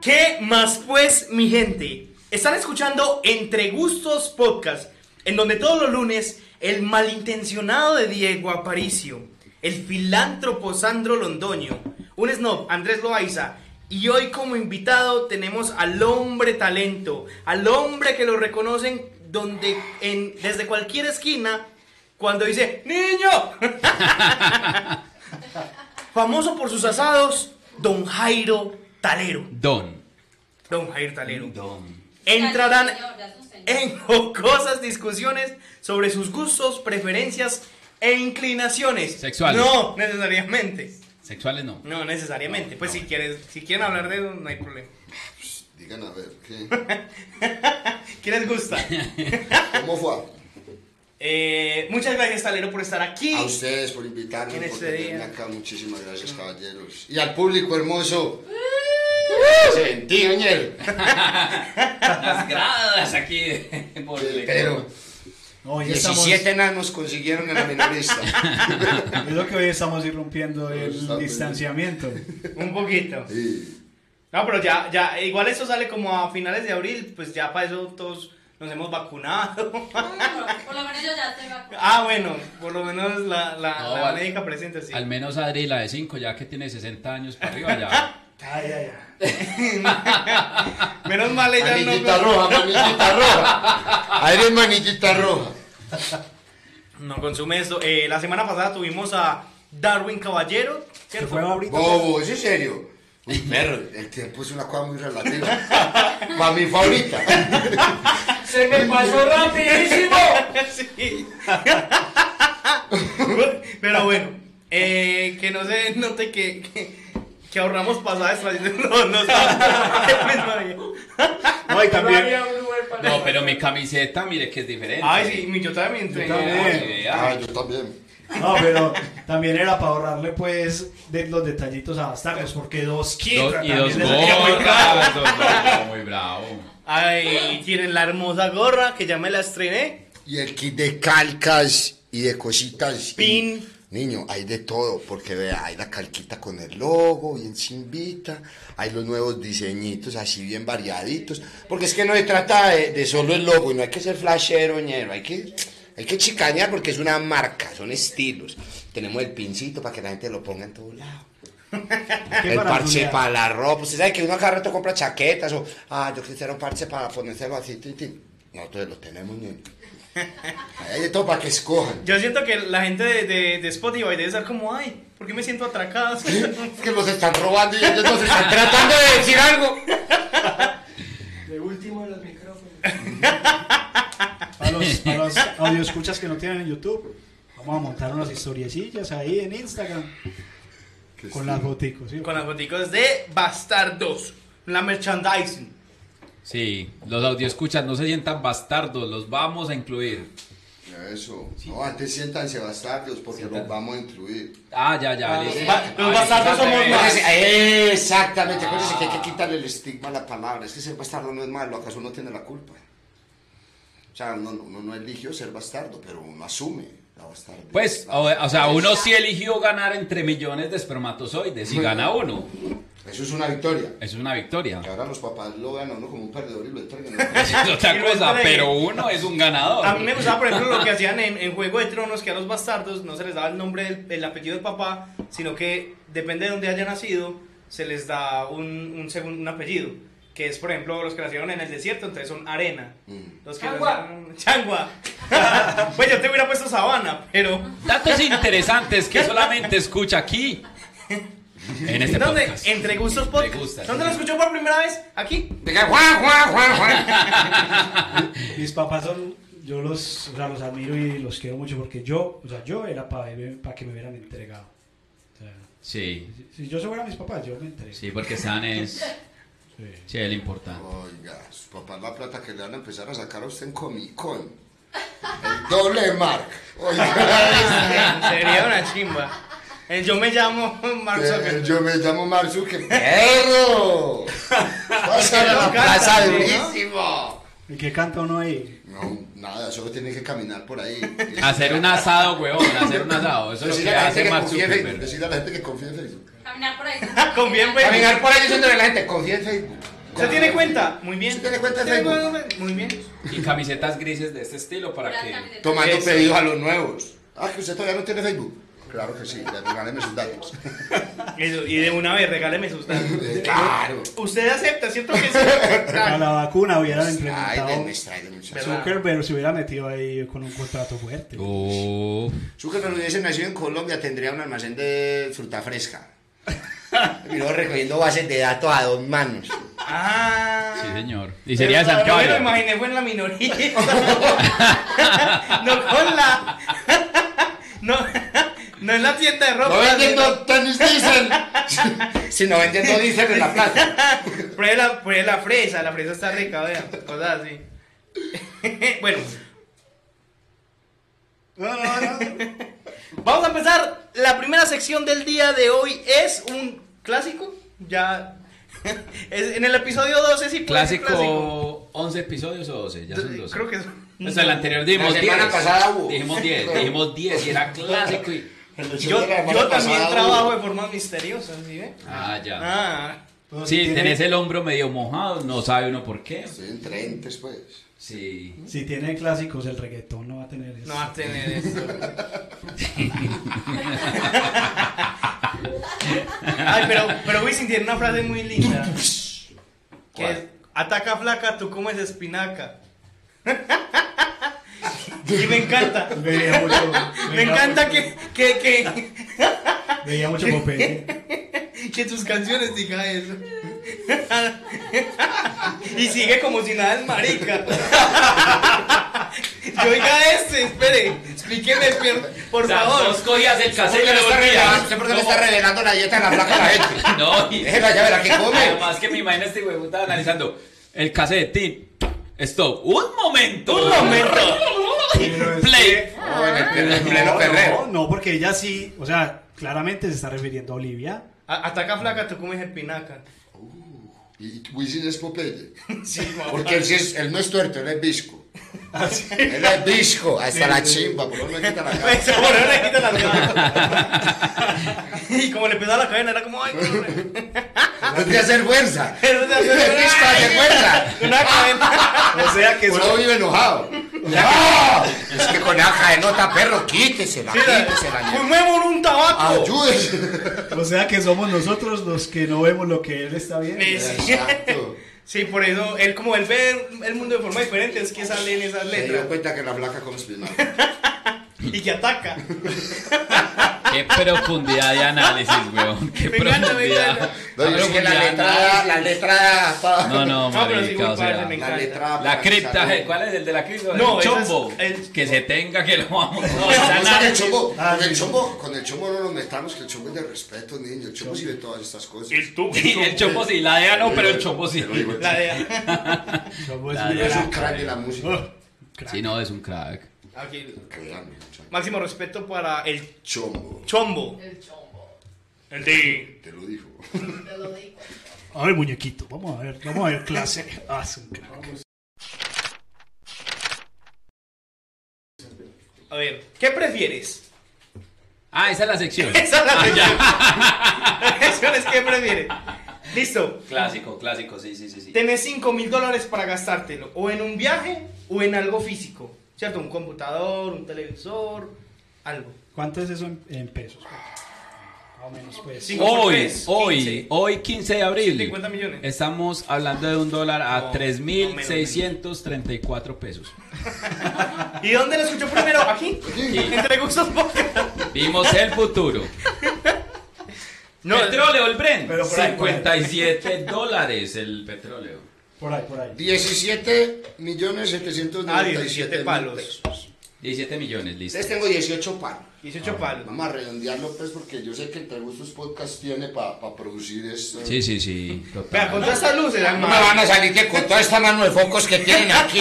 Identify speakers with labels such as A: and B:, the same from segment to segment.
A: ¿Qué más pues, mi gente? Están escuchando Entre Gustos Podcast, en donde todos los lunes el malintencionado de Diego Aparicio, el filántropo Sandro Londoño, un snob Andrés Loaiza y hoy como invitado tenemos al hombre talento, al hombre que lo reconocen donde en, desde cualquier esquina cuando dice ¡Niño! Famoso por sus asados, Don Jairo Talero.
B: Don.
A: Don Jairo Talero.
B: Don.
A: Entrarán Eh.
C: Ya es un señor.
A: en jocosas discusiones sobre sus gustos, preferencias e inclinaciones.
B: Sexuales.
A: No, necesariamente.
B: Sexuales no.
A: No, necesariamente. Pues si quieres, si quieren hablar de eso, no hay problema.
D: Digan a ver, ¿qué?
A: ¿Qué les gusta?
D: ¿cómo fue?
A: Eh, muchas gracias, Talero, por estar aquí.
D: A ustedes por invitarme,
A: En
D: por
A: este
D: tenerme
A: día.
D: acá. Muchísimas
B: Mm.
D: gracias, caballeros. Y al público hermoso. Sentí, Daniel.
B: Las gradas aquí. de- por el-
D: Pero
E: Hoy
D: 17 enanos consiguieron en la minorista.
E: estamos, es lo que hoy estamos irrumpiendo el
D: Estamos-
E: distanciamiento.
A: Un poquito.
D: Y
A: No, pero ya, ya, igual eso sale como a finales de abril, pues ya para eso todos nos hemos vacunado.
C: Por- Por lo menos yo ya estoy vacunada.
A: Ah, bueno, por lo menos la, la,
B: No,
A: la
B: al-
A: médica presente, sí.
B: Al menos Adri, la de 5, ya que tiene 60 años para arriba, ya.
E: Ay, ay, ay.
A: Menos mal ella
D: manillita
A: no,
D: roja, manillita roja. Aire manillita roja.
A: no consume eso. Eh, la semana pasada tuvimos a Darwin Caballero,
E: Se
A: ¿cierto?
E: fue ahorita.
D: Bobo, ¿es en serio? Uy, perro, el tiempo es una cosa muy relativa. Para mi favorita.
B: ¡Se me pasó rapidísimo!
A: sí. Pero bueno, eh, que no se note que, que, que ahorramos pasadas trayendo los, los- el mismo día.
E: No, y también.
B: No, pero mi camiseta, mire que es diferente.
A: Ay, sí, mi- yo también. entrené.
E: también.
B: Eh,
D: Ah,
B: ay,
D: yo también.
E: No, pero también era para ahorrarle pues de los detallitos a bastardos, porque dos
B: dos-
E: quiebra
B: y
E: también
B: dos
E: le salía muy caro.
B: gorras. dos gorras, Muy bravo.
A: Ay, tienen la hermosa gorra que ya me la estrené.
D: Y el kit de calcas y de cositas. y-
A: Pin.
D: Niño, hay de todo, porque vea, hay la calquita con el logo, bien chimbita, hay los nuevos diseñitos así bien variaditos, porque es que no se trata de, de solo el logo, y no hay que ser flashero, ñero, hay que, hay que chicanear porque es una marca, son estilos. Tenemos el pincito para que la gente lo ponga en todos lados.
E: Qué
D: El parche
E: maravilla.
D: para la ropa. Usted sabe que uno cada rato compra chaquetas o, ah, yo quisiera un parche para ponérselo así, tin, tin. Nosotros lo tenemos, niño. Hay de todo para que escojan.
A: Yo siento que la gente de, de, de Spotify debe estar como, ay, ¿por qué me siento atracada?
D: Es que los están robando y ellos nos están tratando de decir algo.
E: Para los, para los audioscuchas que no tienen en YouTube, vamos a montar unas historiecillas ahí en Instagram. Con las boticos, ¿sí?
A: Con las boticos de Bastardos, la merchandising.
B: Sí, los audioscuchas no se sientan bastardos, los vamos a incluir.
D: Eso. No, antes siéntanse bastardos porque los vamos a incluir.
B: Ah, ya, ya, listo.
A: ba- los
B: Ay,
A: bastardos somos
B: eh,
A: más.
D: Exactamente, acuérdense que hay que quitarle el estigma a la palabra. Es que ser bastardo no es malo, acaso uno tiene la culpa. O sea, uno, uno no eligió ser bastardo, pero uno asume la bastardez.
B: Pues,
D: La-
B: o, o sea, uno sí eligió ganar entre millones de espermatozoides y gana uno.
D: Eso es una victoria.
B: Es una victoria.
D: Que ahora los papás lo vean a uno como un perdedor y lo entregan.
B: Es otra cosa, pero uno es un ganador.
A: A mí me gustaba, por ejemplo, lo que hacían en, en Juego de Tronos, que a los bastardos no se les daba el nombre, del- el apellido del papá, sino que depende de dónde haya nacido, se les da un, un, segun- un apellido. Que es, por ejemplo, los que nacieron en el desierto, entonces son arena. Los que nacieron- Changua. pues yo te hubiera puesto sabana, pero...
B: Datos interesantes que solamente escucha aquí. En este
A: ¿Dónde?
B: podcast.
A: Entre Gustos Podcast.
B: Gustas.
A: ¿Dónde lo escuchó por primera vez? ¿Aquí?
D: Diga, Juan, Juan, Juan, Juan.
E: Mis papás son, yo los, o sea, los admiro y los quiero mucho porque yo, o sea, yo era para que me hubieran entregado. O sea,
B: Sí,
E: si, si yo fuera mis papás, yo me entrego.
B: sí, porque San es.
E: Sí.
B: Sí, el importante.
D: Oiga, su papá la plata que le van a empezar a sacar a usted en Comic Con. El doble de Mark. Oiga,
A: Sería Ah, una chimba. Eh, Yo me llamo Mark
D: este,
A: Zuckerberg.
D: yo me llamo Mark Zuckerberg. ¡Perro! Pásale a la plaza durísimo.
E: ¿Y qué canta uno ahí?
D: No, No, nada, solo tiene que caminar por ahí.
B: Hacer un asado, huevón, hacer un asado. Eso es lo
D: Decir
B: que
D: a la
B: hace
D: gente que
B: Mark
D: confía en Facebook.
B: Zuckerberg.
D: Decir a la gente que confía en Facebook.
C: Caminar por ahí.
A: Con bien, güey.
D: Caminar por ahí es donde la gente confía en Facebook.
A: ¿Usted tiene cuenta? Muy bien.
D: ¿Usted tiene cuenta de
A: ¿Usted
D: Facebook?
A: tiene cuenta? Muy bien.
B: Y camisetas grises de este estilo para que...
D: Tomando
A: Eso.
D: pedidos a los nuevos. Ah, que usted todavía no tiene Facebook. Claro que sí, ya regáleme sus datos.
A: Eso, y de una vez, regáleme sus datos.
D: Eh, claro.
A: Usted acepta, ¿cierto que sí?
E: A la vacuna hubieran
D: Ay,
E: implementado.
D: denme, tráiganme, muchachos.
A: ¿Verdad? Uh.
E: Zuckerberg se hubiera metido ahí con un contrato fuerte.
B: Oh.
D: Zuckerberg hubiese nacido en Colombia, tendría un almacén de fruta fresca. Y luego recogiendo bases de datos a dos manos.
A: Ah.
B: Sí, señor. Y sería de
A: Pero
B: San
A: No me lo
B: Pablo.
A: imaginé, fue en la minoría. no con la. no, no en la tienda de ropa.
D: No vendiendo tenis diesel. si no vendiendo diesel en la plaza.
A: Pruebe la, pruebe la fresa, la fresa está rica, vea. Cosas así. bueno,
E: No, no, no.
A: vamos a empezar. La primera sección del día de hoy es un clásico. Ya. es- en el episodio 12 sí puede ser
B: Clásico, 11 episodios o 12, ya son 12.
A: Creo que es.
B: O sea, el anterior dijimos
D: La
B: 10.
D: semana pasada hubo.
B: Dijimos 10, dijimos 10 y era clásico y...
A: Yo, yo también trabajo de forma misteriosa, ¿sí ve?
B: Ah, ya.
A: Ah.
E: Entonces,
B: Si
E: tiene-
B: tenés el hombro medio mojado, no sabe uno por qué.
D: Estoy en trentes, pues.
B: Sí.
E: Si tiene clásicos, el reggaetón no va a tener eso.
A: No vas a tener eso. Ay, pero, pero Wisin tiene una frase muy linda. Que es,
D: ¿Cuál?
A: ataca flaca, tú comes espinaca. Y me encanta.
E: Veía mucho.
A: Me
E: veía
A: encanta
E: mucho-
A: que, que, que,
E: Veía mucho Popeye.
A: que tus canciones diga eso. Y sigue como si nada es marica. Yo oiga este, espere, explíqueme por- por favor.
B: Dos cogías el
D: ¿Por
B: cassette
D: qué
B: y
D: le
B: lo
D: está
B: volvías.
D: revelando, ¿Usted por qué le está revelando la dieta a la placa a la gente?
B: No, y-
D: Déjela ya verá qué come.
B: Además que me imagino este huevón estaba analizando el cassette. tin, Stop. Un momento.
A: Un momento.
E: Pero es
B: Play.
C: Ah,
D: Ah. No, en el- en el
E: No,
D: pleno
E: no,
D: perreo.
E: no, porque ella sí, o sea, claramente se está refiriendo a Olivia.
A: A- Ataca flaca, tú comes espinaca.
D: Y Wisin es Popeye.
A: Sí, guau.
D: Porque él, sí es, él no es tuerto, él es visco. Él es visco, hasta la chimba, por lo menos le quita la cara.
A: Pues, por ahora le quita las ganas. Y como le pesaba la cadena, era como, ay, corre.
D: No te hacer fuerza.
A: Pero se hace-
D: El visco hace fuerza.
A: Una cadena.
E: O sea que
D: Por eso vive enojado. ¡No! Es que con esa cadenota, perro, quítesela, quítesela.
A: Fumemos un
D: Ah,
A: tabaco.
D: Ayúdese.
E: O sea que somos nosotros los que no vemos lo que él está viendo.
A: Sí, Pues, sí.
D: Exacto.
A: Sí, por eso, él como él ve el mundo de forma diferente, es que salen esas
D: Se dio
A: letras.
D: cuenta que la flaca come espinaca.
A: Y que ataca.
B: Qué profundidad de análisis, weón. Qué
A: Me encanta, me
B: profundidad.
A: encanta.
D: No, yo
B: La
D: sé que la
B: profundidad
D: letra,
B: de
D: da-
B: análisis.
D: la letra. da pa-
B: No,
A: No,
B: no,
A: pero sí,
B: marica, o
A: compadre,
B: sea,
A: me encanta.
D: La letra.
B: La
D: para
B: cripta,
D: analizarlo.
B: ¿eh? ¿cuál es el de la cripta?
A: No,
B: el
A: ese es
B: chombo.
A: el-
B: Que se tenga que lo vamos. No, esa
D: No, no está el
B: análisis.
D: chombo.
E: Ah,
D: Con el
E: Pues sí.
D: chombo, con el chombo no nos metamos, que el chombo es de respeto, niño. El chombo sí ve todas estas cosas.
B: Sí, el chombo sí, la DEA no, pero el chombo sí.
D: Pero digo,
A: La de.
E: Somos
B: La de-
D: Es un crack de la música.
E: Oh, crack.
B: Sí, no, es un crack.
A: Aquí,
D: Créanme, muchacho.
A: máximo respeto para el
D: Chombo,
A: chombo.
C: El chombo.
A: El de.
D: te lo dijo.
C: Te lo digo.
E: A ver, muñequito, vamos a ver, vamos a ver clase. Ah, es un crack.
A: A ver, ¿qué prefieres?
B: Ah, esa es la sección.
A: Esa es la sección. La sección es que prefiere. Listo.
B: Clásico, clásico, sí, sí, sí. sí.
A: Tenés 5 mil dólares para gastártelo. O en un viaje o en algo físico. ¿Cierto? Un computador, un televisor, algo.
E: ¿Cuánto es eso en, en pesos? Más o menos, pues.
A: Sí.
B: Hoy,
A: 15,
B: hoy, hoy 15 de abril.
A: 50 millones.
B: Estamos hablando de un dólar
A: No,
B: a
A: no,
B: 3.634 pesos.
A: ¿Y dónde lo escuchó primero? Aquí. Entre gustos Podcast.
B: Vimos el futuro.
A: No,
B: petróleo, el Brent.
E: Pero por ahí, por ahí.
B: 57 dólares el petróleo.
E: Por ahí, por ahí.
D: 17 millones 797
A: 17 ah, palos.
D: pesos.
B: 17 millones, listo.
D: Ustedes tengo 18 palos.
A: 18 palos.
D: Vamos a redondearlo, pues, porque yo sé que entre gustos podcast tiene para producir esto.
B: Sí, sí, sí. total.
A: Vea, con todas estas luces,
D: Ah, No me
A: hermano.
D: van a salir que con toda esta mano de focos que tienen aquí,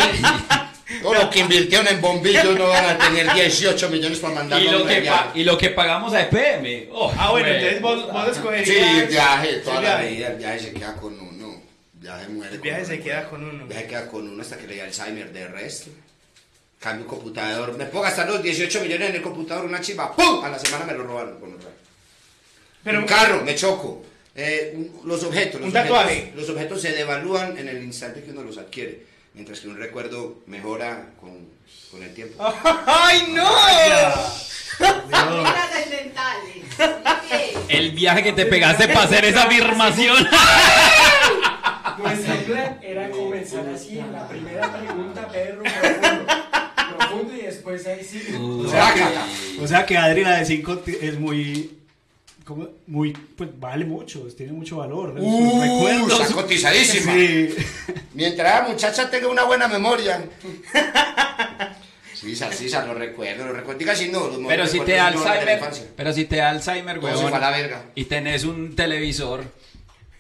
D: todo lo que invirtieron en bombillos no van a tener 18 millones para mandar
B: Y lo, que pa- y lo que pagamos a EPM. Oh,
A: Ah, bueno,
B: güey.
A: entonces vos, vos
D: Sí, el
A: escogerías.
D: viaje, toda
A: Sí,
D: la
A: viaje.
D: vida, el viaje se queda con uno. El viaje muere
A: El viaje
D: con
A: se
D: uno.
A: queda con uno.
D: El viaje queda con uno hasta que le dé Alzheimer de resto. Cambio un computador. Me puedo gastar los 18 millones en el computador, una chiva. ¡Pum! A la semana me lo robaron con otra.
A: Pero-
D: un carro, me choco. Eh, un- los objetos. Los
A: Un tatuaje.
D: objetos- los objetos se devalúan en el instante que uno los adquiere. Mientras que un recuerdo mejora con, con el tiempo.
A: Ah. ¡Ay, no!
C: Mira dentales. Ok.
B: El viaje que te pegaste para hacer esa afirmación.
F: Nuestro plan era comenzar así en la primera pregunta, Pedro, profundo. Profundo y después ahí sí.
D: O sea,
E: O sea que Adri, la de 5 es muy. ¿Cómo? Muy. Pues vale mucho, tiene mucho valor. ¿no? Sus
D: Uh,
E: recuerdos.
D: está cotizadísima.
E: Sí.
D: Mientras la muchacha tenga una buena memoria. Sí, Sisa, Sisa, lo recuerdo, lo recuerdo. Diga si no, los
B: Pero
D: mejores
B: si te da
D: recuerdos no de la
B: Alzheimer,
D: infancia.
B: pero si te da Alzheimer,
D: Todo se fue a la
B: weón,
D: verga.
B: y tenés un televisor,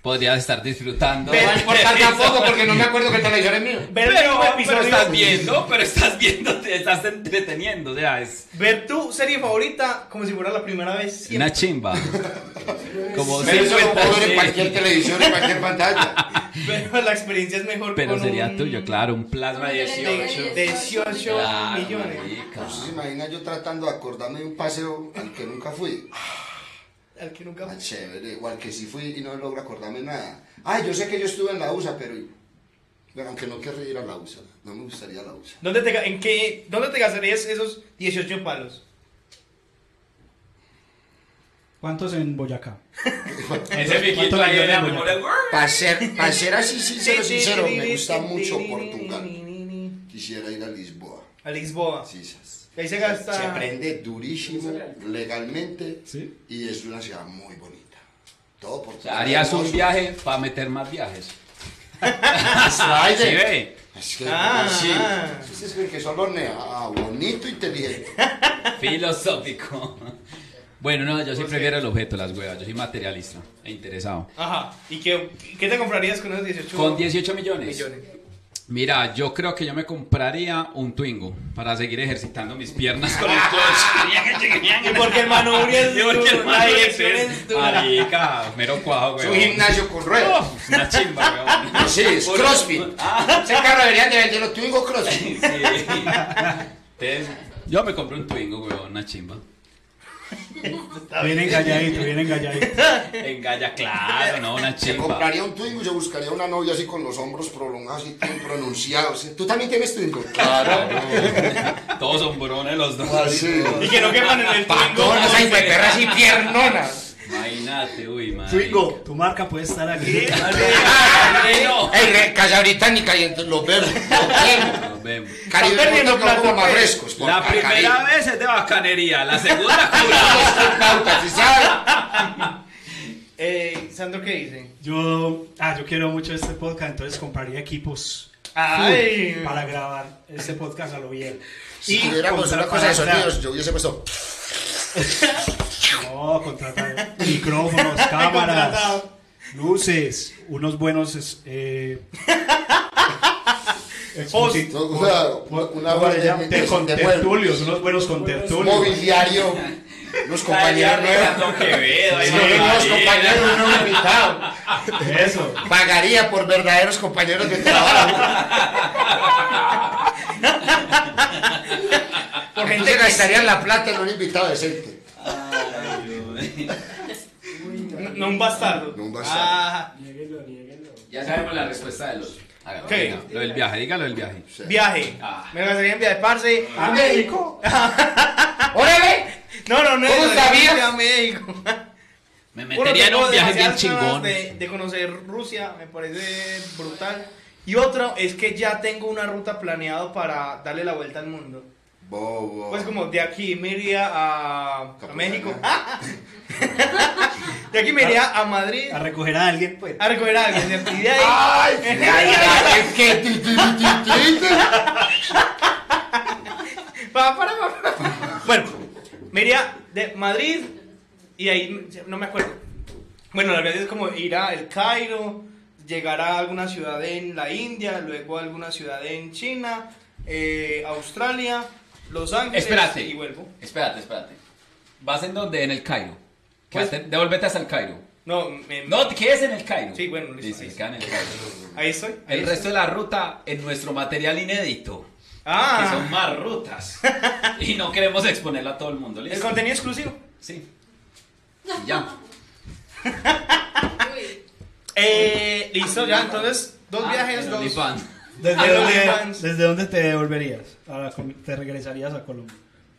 B: podrías estar disfrutando.
D: No va a importar
B: del
D: tampoco
B: televisor.
D: porque no me acuerdo que el televisor es mío.
A: Ver
B: Pero,
A: tu
B: pero
A: episodio-
B: estás viendo, pero estás viendo, te estás entreteniendo, o sea, es
A: Ver tu serie favorita como si fuera la primera vez. siempre.
B: una chimba. Como
D: Pero eso lo puedo ver en
B: 50,
D: cualquier
B: sí.
D: televisor, en cualquier pantalla.
A: Pero la experiencia es mejor
B: Pero
A: con
B: sería
A: un-
B: tuyo, claro, un plasma
C: De-
B: 18.
C: de-
A: 18
B: Claro,
A: millones.
B: marica.
D: ¿Se imagina yo tratando de acordarme de un paseo al que nunca fui?
A: Al que nunca...
D: Al chévere, o al que sí fui y no logro acordarme nada. Ay, yo sé que yo estuve en la USA, pero... Pero aunque no querría ir a la USA, no me gustaría la USA.
A: ¿Dónde te, ga- en qué, ¿Dónde te gastarías esos 18 palos?
E: ¿Cuántos en Boyacá?
B: Ese viejito
E: ¿Cuántos
B: ahí de la
E: millones,
B: memoria.
D: Para ser, pa' ser así sincero, sincero, me gusta mucho Portugal. Quisiera ir a Lisboa.
A: A Lisboa.
D: Sí, esas.
A: Ahí se
D: Se
A: gasta.
D: aprende durísimo, legalmente,
E: Sí.
D: y es una ciudad muy bonita. Todo
B: O
D: Portugal.
B: sea, harías un
D: hermoso.
B: viaje para meter más viajes.
D: Ay,
B: Sí,
D: de-
B: ve.
D: Es que,
A: Ah.
D: sí. Ustedes creen que solo nea. Ah, bonito, inteligente.
B: Filosófico. Bueno, no, yo sí prefiero el objeto, las huevas. Yo soy materialista e interesado.
A: Ajá. ¿Y qué, qué te comprarías con esos 18
B: Con 18 millones.
A: millones?
B: Mira, yo creo que yo me compraría un Twingo para seguir ejercitando mis piernas con el clutch.
A: Y porque el manubrio es
B: Y porque el
A: duro,
B: man
A: la
B: es-
A: dirección es dura.
B: Marica, mero cuajo,
D: Es un
B: weón.
D: gimnasio con ruedas.
B: Una chimba, weón.
D: Sí, es CrossFit. Ese carro deberían de venderlo. Twingo CrossFit.
B: Sí. Entonces, yo me compré un Twingo, weón, una chimba.
E: Bien engalladito, bien engalladito.
B: Engalla, claro, no, una
D: Se
B: chimba.
D: compraría un Twingo y yo buscaría una novia así con los hombros prolongados y tan pronunciados. ¿Tú también tienes Twingo?
B: Todos son brones los dos.
D: Ah, sí.
A: Y que no quepan en el Twingo.
D: Patonas, hay perras y piernonas.
B: Imagínate, uy, man.
E: Twingo, tu marca puede estar aquí.
D: Ey, re- Casa Británica y entre los verdes. Los verdes.
B: Nos vemos.
D: Caribe del
A: perdiendo
D: Mundo que son como
A: plata,
D: más
A: pues.
D: frescos. por
B: La
D: ca-
B: primera
D: Caribe.
B: vez es de bacanería, la segunda cobramos.
D: Son pautas, ¿sí sabe?
A: Eh, Sandro, ¿qué dice?
E: Yo, ah, yo quiero mucho este podcast, entonces compraría equipos
A: Ay.
E: para grabar este podcast a lo bien.
D: Si tuviéramos una cosa de sonidos, yo hubiese puesto.
E: No, contratar micrófonos, cámaras,
A: Contratado.
E: luces, unos buenos. Eh, exposi-
D: Una- una
E: ¿cómo le llaman?
D: de- de-
E: Con
D: de-
E: tertulios, unos buenos con tertulios.
D: Mobiliario. Unos compañeros nuevos.
B: Quevedo, ahí
D: Sí,
B: no
D: unos
B: cabía.
D: compañeros nuevos invitados.
E: Eso.
D: Pagaría por verdaderos compañeros de trabajo. Por gente que gastarían la plata en un invitado decente.
A: No, no un bastardo.
D: No un bastardo.
A: Ah,
F: Nieguenlo, nieguenlo.
B: Ya sabemos la respuesta de los. Hágalo,
A: ¿Qué?
B: venga, Lo del viaje, dígalo del viaje.
A: viaje.
B: Ah.
A: Me gastaría en viaje, parce.
E: ¿A México?
D: ¡Órale!
A: No, no, no.
D: ¿Cómo
A: no, no,
D: sabías?
A: no, no, no, México.
B: Me
A: Uno,
B: metería en
A: tengo
B: un viaje bien
A: demasiadas ganas
B: chingón.
A: De, de conocer Rusia, me parece brutal. Y otro es que ya tengo una ruta planeada para darle la vuelta al mundo.
D: Bobo.
A: Pues como de aquí me iría a, a
D: Capulana.
A: México. de aquí me iría a Madrid
E: A recoger a alguien, pues.
A: a recoger algo. ¿cierto? Y de ahí...
D: ¡Ay! ay, ay, es que tu, tu, tu, tu, tu.
A: Pa, para, pa, pa, pa. Bueno, me iría de Madrid y de ahí no me acuerdo. Bueno, la verdad es como ir a El Cairo, llegar a alguna ciudad en la India, luego a alguna ciudad en China, eh, Australia, Los Ángeles
B: Espérate.
A: y vuelvo.
B: Espérate, espérate. ¿Vas en dónde? En el Cairo.
A: Pues-
B: Quédate- devuélvete hasta el Cairo.
A: No, me-
B: No, te quedes en el Cairo.
A: Sí, bueno, listo,
B: Listo,
A: ahí
B: se queda en el Cairo.
A: ahí estoy. ahí
B: El
A: estoy.
B: resto de la ruta en nuestro material inédito.
A: Ah.
G: que son más rutas. y no queremos exponerla a todo el mundo,
A: El
G: ¿listo?
A: contenido exclusivo.
G: Sí. Y ya.
C: Uy,
A: Eh, listo, ya, entonces, dos
G: Ah,
A: viajes,
G: el
A: dos.
B: OnlyFans.
E: ¿Desde,
A: Ah,
E: dónde,
A: OnlyFans.
E: ¿Desde dónde te devolverías? A la com- ¿Te regresarías a Colombia?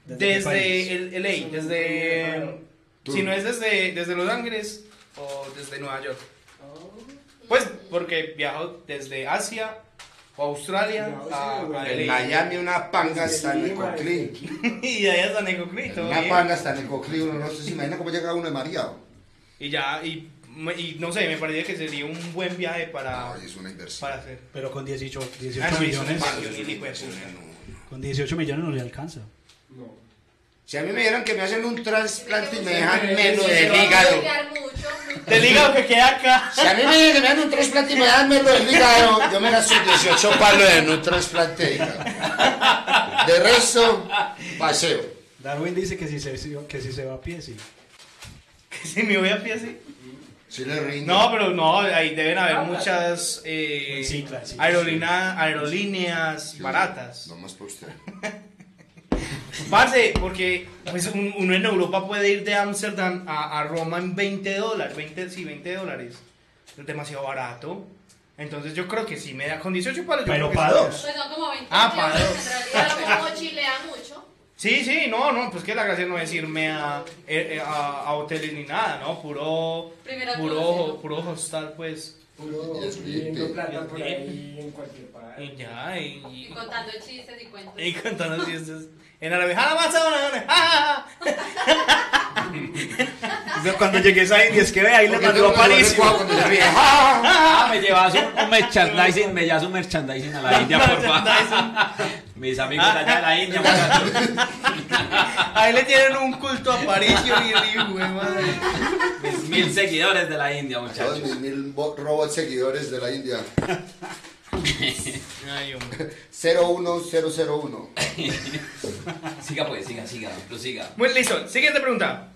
E: qué país?
A: Desde el LA, desde.
D: Tú.
A: Si no es desde, desde Los Ángeles o desde Nueva York. Pues porque viajo desde Asia o Australia
F: No, sí,
A: a,
F: güey.
A: a
D: En
A: LA.
D: Miami una panga
A: pues,
D: está en el Coclí.
A: Y de allá está Necoclito.
D: Una panga está en el Coclí, uno no sé se imagina cómo llega uno de mareado.
A: Y ya, y, me- y no sé, me parecía que sería un buen viaje para,
D: Ay, es una inversión.
A: para hacer.
E: Pero con 18,
A: Ah,
E: 18
A: sí, es un
E: millones.
A: pago, sí, hijo de puta.
E: Con 18 millones no le alcanza.
F: No.
D: Si a mí me dijeran que me hacen un trasplante y me dejan melo
C: se
D: del
C: va a
D: hígado.
C: pelear mucho, mucho.
A: Del hígado que queda acá.
D: Si a mí me dijeran que me dan un trasplante y me dan melo del hígado, yo me gasto 18 palos en un trasplante de hígado. De resto, paseo.
E: Darwin dice que si se, que si se va a pie, sí.
A: Si me voy a pie así.
D: Si le rindo.
A: No, pero no, ahí deben haber muchas eh,
E: Sí, claro, sí,
A: aerolina- aerolíneas baratas.
D: No más para usted.
A: Parce, porque pues, un- uno en Europa puede ir de Ámsterdam a, a Roma en 20 dólares, 20, sí, 20 dólares. Es demasiado barato. Entonces yo creo que sí me da con 18 palos. yo creo
E: Pero
A: que
E: para
A: sí me
E: dos.
C: Pues son como 20
A: Ah,
C: millones,
A: pardon.
C: En realidad, uno mochilea mucho.
A: Sí, sí, no, no, pues que la gracia no es irme a, eh, eh, a, a hoteles ni nada, ¿no? Puro,
C: Primera clase,
A: puro,
C: ¿no?
A: puro hostal, pues.
F: Puro
D: Y es
F: pidiendo
D: VIP.
F: plata por
A: Es
F: ahí en cualquier
A: Y
F: parte.
A: ya, y,
C: Y
A: y,
C: contando chistes y cuentos.
A: y cantando chistes en árabe. ¡Ah, más ahora! ¡Ah!
E: Cuando llegues a India, es que ve, ahí le mandó a París.
B: Ah, me llevas un, un merchandising, me llevas un merchandising a la India, por favor. Mis amigos de allá de la India, muchachos.
A: Ahí le tienen un culto a Paricio y el hijo, de madre.
B: Mis mil seguidores de la India, muchachos.
D: mis mil bo- robots seguidores de la India.
A: Ay, hombre.
D: 01001.
B: Siga pues, siga, siga, prosiga.
A: Bueno, listo. Siguiente pregunta.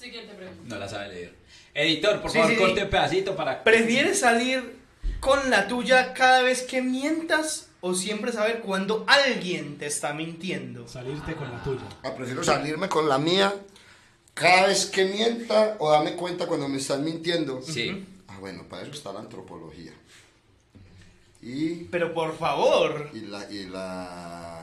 C: Siguiente pregunta.
B: No la sabe leer. Editor, por
A: Sí,
B: favor,
A: sí, sí.
B: corte un pedacito para.
A: ¿Prefieres salir con la tuya cada vez que mientas o siempre saber cuando alguien te está mintiendo?
E: Salirte con la tuya.
D: Ah, prefiero salirme con la mía cada vez que mienta o dame cuenta cuando me están mintiendo.
B: Sí.
D: Ah, bueno, para eso está la antropología. Y,
A: Pero por favor.
D: y la, y la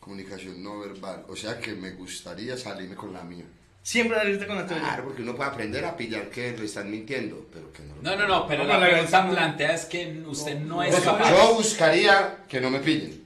D: comunicación no verbal. O sea que me gustaría salirme con la mía.
A: Siempre salirte con la
D: Claro,
A: tuya.
D: porque uno puede aprender a pillar que le están mintiendo, pero que no lo
B: No, no, no, pero
A: No,
B: la
A: la
B: pregunta
A: verdad-
B: plantea es que usted no es
D: Pues,
B: capaz.
D: Yo buscaría que no me pillen.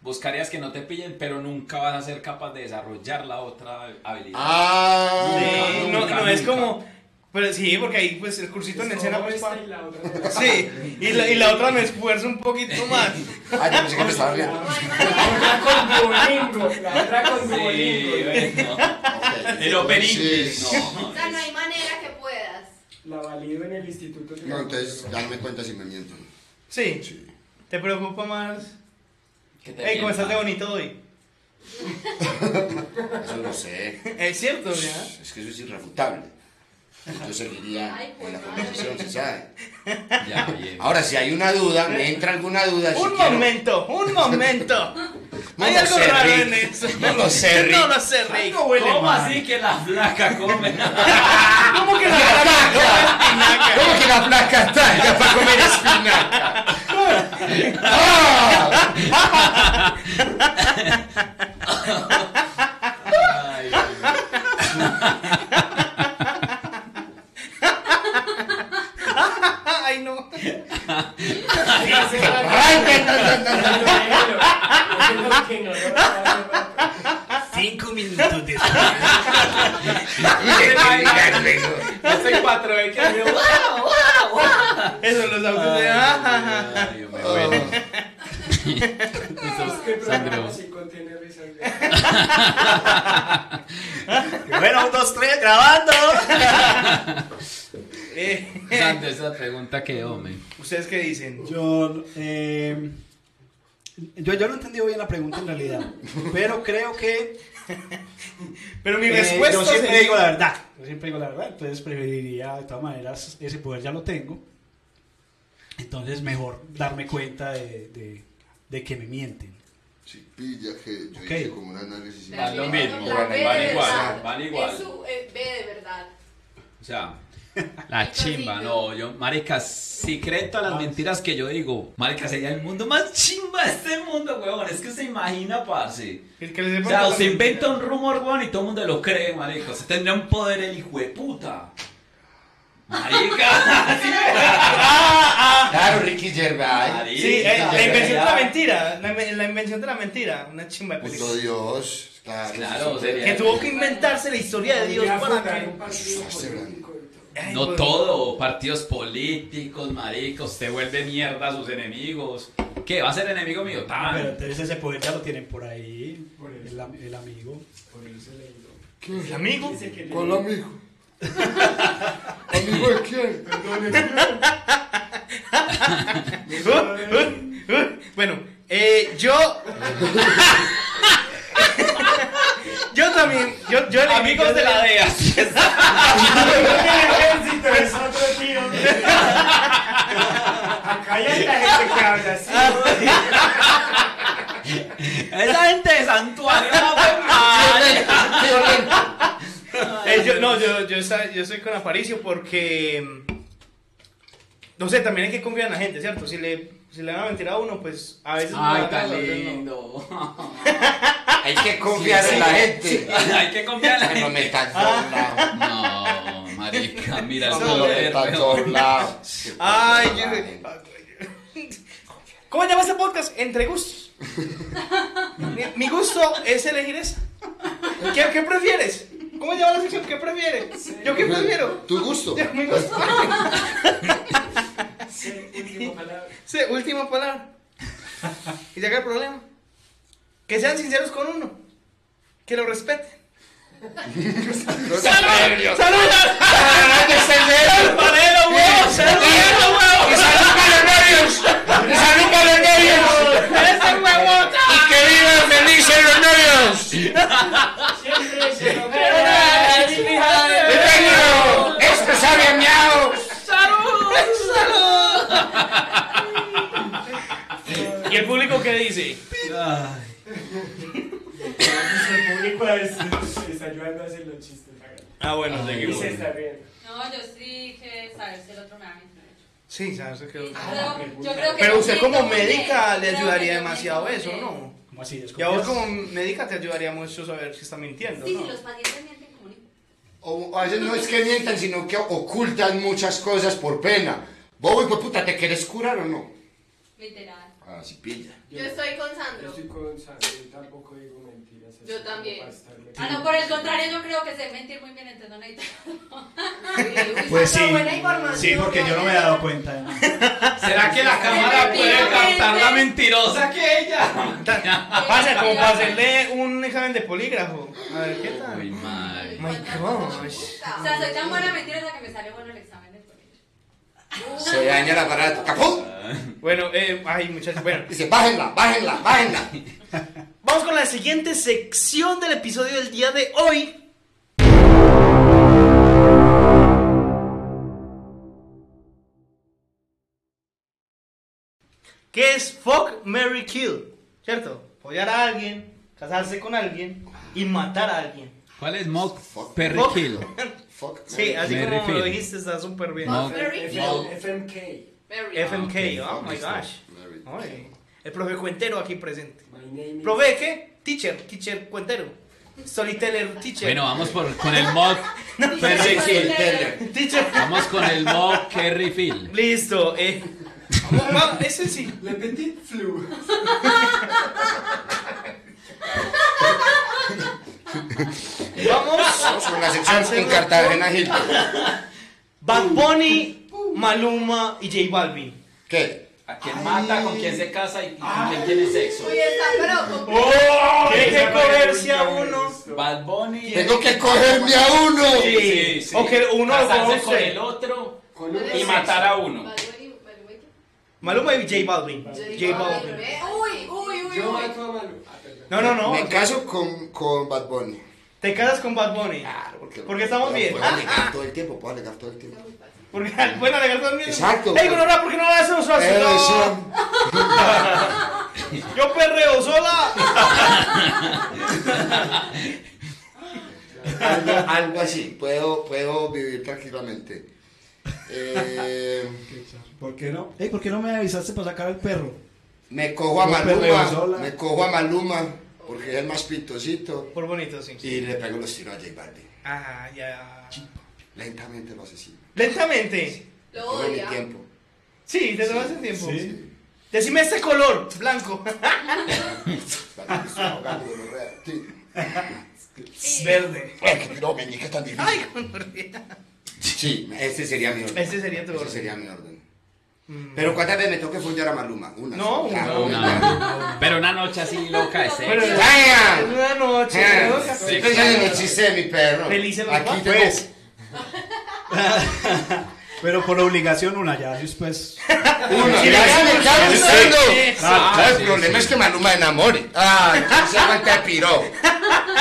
B: Buscarías que no te pillen, pero nunca vas a ser capaz de desarrollar la otra habilidad.
D: Ah,
A: Sí, no,
B: nunca,
A: no es
B: nunca.
A: como. Pero sí, porque ahí pues el cursito en el Sena pues
F: esta
A: pa-
F: y la otra.
A: Sí, y la, y la otra me esfuerzo un poquito más.
D: ah, yo pensé que me estaba riendo.
C: No hay
F: La
C: manera.
F: otra con Duolingo, la otra con
B: Sí,
F: Duolingo.
B: bueno.
D: Ok.
B: El operín.
D: Entonces,
B: No.
C: O sea, no hay manera que puedas.
F: La valido en el instituto. de
D: No,
F: la-
D: entonces, dame cuenta si me mienten.
A: Sí,
D: Sí.
A: te preocupa más.
B: Que te
A: Ey, ¿cómo estás de
B: mientan.
A: bonito hoy?
D: Eso no sé.
A: Es cierto, ¿ya?
D: Es que eso es irrefutable. Yo seguiría
C: Ay,
D: en la
C: pues,
D: conversación, se sabe.
B: Ya, bien.
D: Ahora, si hay una duda, me entra alguna duda. si
A: Un
D: quiero-
A: momento, un momento.
D: No
A: Hay
D: lo
A: algo
D: sé,
A: raro
D: Rick.
A: en eso.
D: No lo sé, Rick.
A: No lo sé, Rick.
E: Algo huele
B: ¿Cómo
E: mal. Ah.
B: así que la flaca come?
A: ¿Cómo que la cara
D: ¿Cómo que la placa está ya para comer espinaca? ¡Ah!
B: Ay, Dios.
A: Ay, no.
D: Ay, tan, tan, tan, tan.
E: Cinco minutos después.
D: Mire, qué liga, Rick.
B: Este
A: ¿eh?
B: 4 que me
A: Eso los autos de. ah, ah, ah.
B: Ay, yo me muero. Sandro.
E: Bueno, un, dos, tres, grabando.
A: Eh,
B: Sandro, esa pregunta que hombre.
A: ¿Ustedes qué dicen?
E: Yo, eh, yo, yo no entendí bien la pregunta en realidad. Pero creo que.
A: Pero mi
E: eh,
A: respuesta
E: yo siempre
A: sería-
E: digo la verdad. Yo siempre digo la verdad. Entonces preferiría, de todas maneras, ese poder ya lo tengo. Entonces mejor darme cuenta de, de- de que me mienten.
H: Sí, pilla que yo
E: Ok.
H: hice como un análisis.
C: La
B: Van lo
C: B-
B: mismo,
C: la
B: van-
C: B de
B: van igual,
C: verdad.
B: van igual.
C: Es su eh, B de verdad.
B: O sea, la chimba, no, yo, marica, si creen todas las mentiras que yo digo, marica, sería el mundo más chimba de este mundo, huevón, es que se imagina, parce.
A: El que les
B: O
A: dé
B: sea,
A: por-
B: se inventa un rumor, weón, y todo el mundo lo cree, marica, se tendría un poder el hijo de puta. Marica, sí,
D: Claro, Ricky Gervais.
B: marica.
A: Sí, eh, la invención de la
B: Claro.
A: mentira. La, inven- la invención de la mentira. Una chimba
B: Pues
A: de
D: Puto
A: película.
D: Dios. Claro,
B: Claro,
D: sí.
A: Que
B: sería.
A: tuvo que inventarse la historia de Dios
F: Ya
A: para
F: fundaron
A: que.
F: un partido
D: Hace
F: político.
A: Ay, pues,
B: No
A: güey.
B: todo, partidos políticos, maricos, te vuelve mierda a sus enemigos. ¿Qué? ¿Va a ser enemigo mío?
E: Ah, pero
B: Tan.
E: entonces ese poder ya lo tienen por ahí,
F: Por eso.
E: el, am- el amigo.
F: Por eso le digo.
A: ¿El amigo?
F: Dice que le-
H: ¿Cuál amigo? ¿Amigo de quién?
F: Perdón, es
A: Uh, uh, uh. Bueno, eh, yo. yo también. Yo, yo
B: Amigos de la DEA.
F: que el ejército es otro tío. Acá hay la gente que habla así.
B: Esa gente de santuario no fue mal.
A: Eh, yo, no, yo, yo, sa- yo estoy con Aparicio porque. mm, No sé, también hay que confiar en la gente, ¿cierto? Si le, si le van a mentir a uno, pues a veces.
B: Ay,
A: no,
B: tan
A: no, no, no.
B: lindo.
D: Hay que confiar en la gente.
B: Hay que confiar en la
D: Que no me
B: gente.
D: están todos lados.
B: No, marica, mira el
D: No me
B: poder.
D: están todos
B: weón.
D: lados. Que
A: Ay,
D: confiar en la gente.
A: yo- ¿Cómo se llama este podcast? Entre gustos. mi, mi gusto es elegir esa. ¿Qué, qué prefieres? ¿Cómo se llama la sección? ¿Qué prefieres? ¿Yo qué prefiero?
H: ¿Tu gusto?
A: Ya, Mi gusto.
F: Pues, Sí, última palabra.
A: Sí, última palabra. Y se acaba el problema. Que sean sinceros con uno. Que lo respeten. ¡Salud! ¡Salud!
D: ¡Ay, que se le-
A: ¡Panero, huevo! ¡Salud, huevo!
D: ¡Que salgan los nervios! ¡Que salgan los nervios!
A: ¡Ese huevota!
D: ¡Y que vivan felices los novios!
B: ¿eh,
F: Siempre se lo
D: ¡Bienvenido! ¡Esto sabe a miau!
A: ¿Y el público qué dice?
B: Ay,
F: El público es- está ayudando a hacer los chistes.
A: Ah, bueno,
F: Y
A: seguimos.
F: se está riendo.
C: No, yo sí que saber si el otro me va a mentir.
A: Sí, sabes que
C: Yo
F: Ah,
C: creo- yo creo que
A: Pero
C: yo
A: usted
C: miento
A: como
C: muy bien.
A: médica
C: Creo
A: le
C: que
A: ayudaría
C: yo
A: demasiado
C: miento
A: eso,
C: muy bien.
A: ¿no?
E: ¿Cómo así?
A: Y a vos
E: ¿Desconfías?
A: como médica te ayudaría mucho saber si está mintiendo,
C: Sí,
A: ¿no?
C: si los pacientes mienten, comunican.
D: O, a veces no es que mientan, sino que ocultan muchas cosas por pena. Bobo, hijo de puta, ¿te querés curar o no?
C: Literal.
D: Ah, sí, pilla.
C: Yo estoy con
F: Yo
C: Sandro.
F: estoy con Sandro, yo tampoco digo mentiras. así
C: Yo
F: como
C: también.
F: para estarle-
C: Ah, no, por el contrario, yo creo que sé mentir muy bien, entonces no necesito.
E: Pues sí,
C: Buena información.
E: sí, porque yo no me he dado cuenta. de nada.
B: ¿Será que la cámara puede captar la mentirosa que ella?
A: Pasa, como para hacerle un examen de polígrafo. A ver, ¿qué
B: Uy,
A: tal? Oh
B: madre.
A: My gosh.
C: O sea, soy tan buena mentirosa que me sale bueno el examen del colegio.
D: Se daña el aparato. ¡Capum!
A: Bueno, eh, ay, muchachos, bueno.
D: Dice, bájenla, bájenla, bájenla.
A: Vamos con la siguiente sección del episodio del día de hoy. Que es Fuck, Mary Kill, ¿cierto? Follar a alguien, casarse con alguien y matar a alguien.
B: ¿Cuál es Mock
D: Fuck.
B: Perry Kill?
D: Fuck.
A: Sí, así
B: Mary
A: como lo
B: Kill.
A: dijiste, está súper bien.
B: No. Ah,
C: Very
F: F-
C: cute.
F: FMK.
C: Very.
A: FMK,
B: ok,
A: oh my gosh.
H: Mary.
A: Ay, el profe Cuentero aquí presente.
F: My name is.
A: ¿Profe qué? Teacher, teacher Cuentero. Storyteller, teacher.
B: Bueno, vamos por, con el Mock Perry Kill.
A: Teacher.
B: Vamos con el Mock Kerry Phil.
A: Listo, eh. Vamos, ese sí.
F: Le Petit Flu.
A: Vamos.
D: Vamos con la sección en Cartagena Gil.
A: Bad Bunny, Maluma y J Balvin.
D: ¿Qué?
B: ¿A quién mata, con quién se casa y con quién tiene sexo?
C: Uy, está pero con-
A: Tiene que
F: Esa
A: cogerse a
F: pregunta me
A: Oh, uno.
F: gustó.
B: Bad Bunny.
D: Tengo que cogerme a uno.
B: Sí, sí.
A: O que uno lo
B: Casarse con
A: conoce.
B: el otro
F: Con un
B: y matar a uno.
C: Balbuena, balbuena.
A: Maluma y J Balvin. J Balvin.
C: Ve, Uy, uy, uy,
F: Yo
C: uy.
F: mato a Malu. Ah, perdón.
A: No, no, no.
D: Me caso con, con Bad Bunny.
A: Te casas con Bad Bunny.
D: Claro, porque,
A: Porque estamos bien. Ah.
D: Puedo alegar todo el tiempo, puedo alegar todo el tiempo.
A: Porque pueden alegar también.
D: Exacto.
A: Ey, gonorrea, ¿por qué no la hacemos sola?
D: Pero sí,
A: Yo perreo sola.
D: algo, algo así, puedo, puedo vivir tranquilamente. Eh,
E: ¿Por qué no? Ey, ¿por qué no me avisaste para sacar al perro?
D: me cojo a
E: No perreo
D: Maluma,
E: sola.
D: me cojo a Maluma, porque es el más pintosito,
A: Por bonito, sí.
D: y le pego los tiros a J Balvin.
A: Ah, ya.
D: Lentamente lo asesino.
A: Lentamente.
C: Lo
D: Todo mi
C: odia.
D: tiempo.
A: Sí, te tomas el tiempo.
E: Sí.
A: Decime este color, blanco.
D: Para que estoy ahogando, gonorrea. Sí.
A: Verde.
D: Ay, qué tiro, meñique tan difícil.
A: Ay, gonorrea.
D: Sí, este sería mi orden.
A: Ese sería tu
D: Ese
A: orden.
D: sería mi orden. Pero ¿cuántas veces me tengo que follar a Maluma? Una.
A: No,
D: sola.
A: una,
D: Ah,
A: una.
B: Pero una noche así loca de sexo.
A: Bueno,
D: ¡Vaya!
A: es una noche.
D: Eh,
A: loca.
D: Estoy pensando en el chiste de mi perro.
A: Feliz en los
D: Aquí
A: guapos.
D: tengo-
E: Pues. Pero por obligación una ya, después.
D: Uno,
A: Sí,
D: ya
A: ya
D: se me
A: no
D: está
A: sabes
D: gustando.
A: eso.
D: Ah, claro, el problema es que Maluma enamore. Ah, entonces aguanta piró.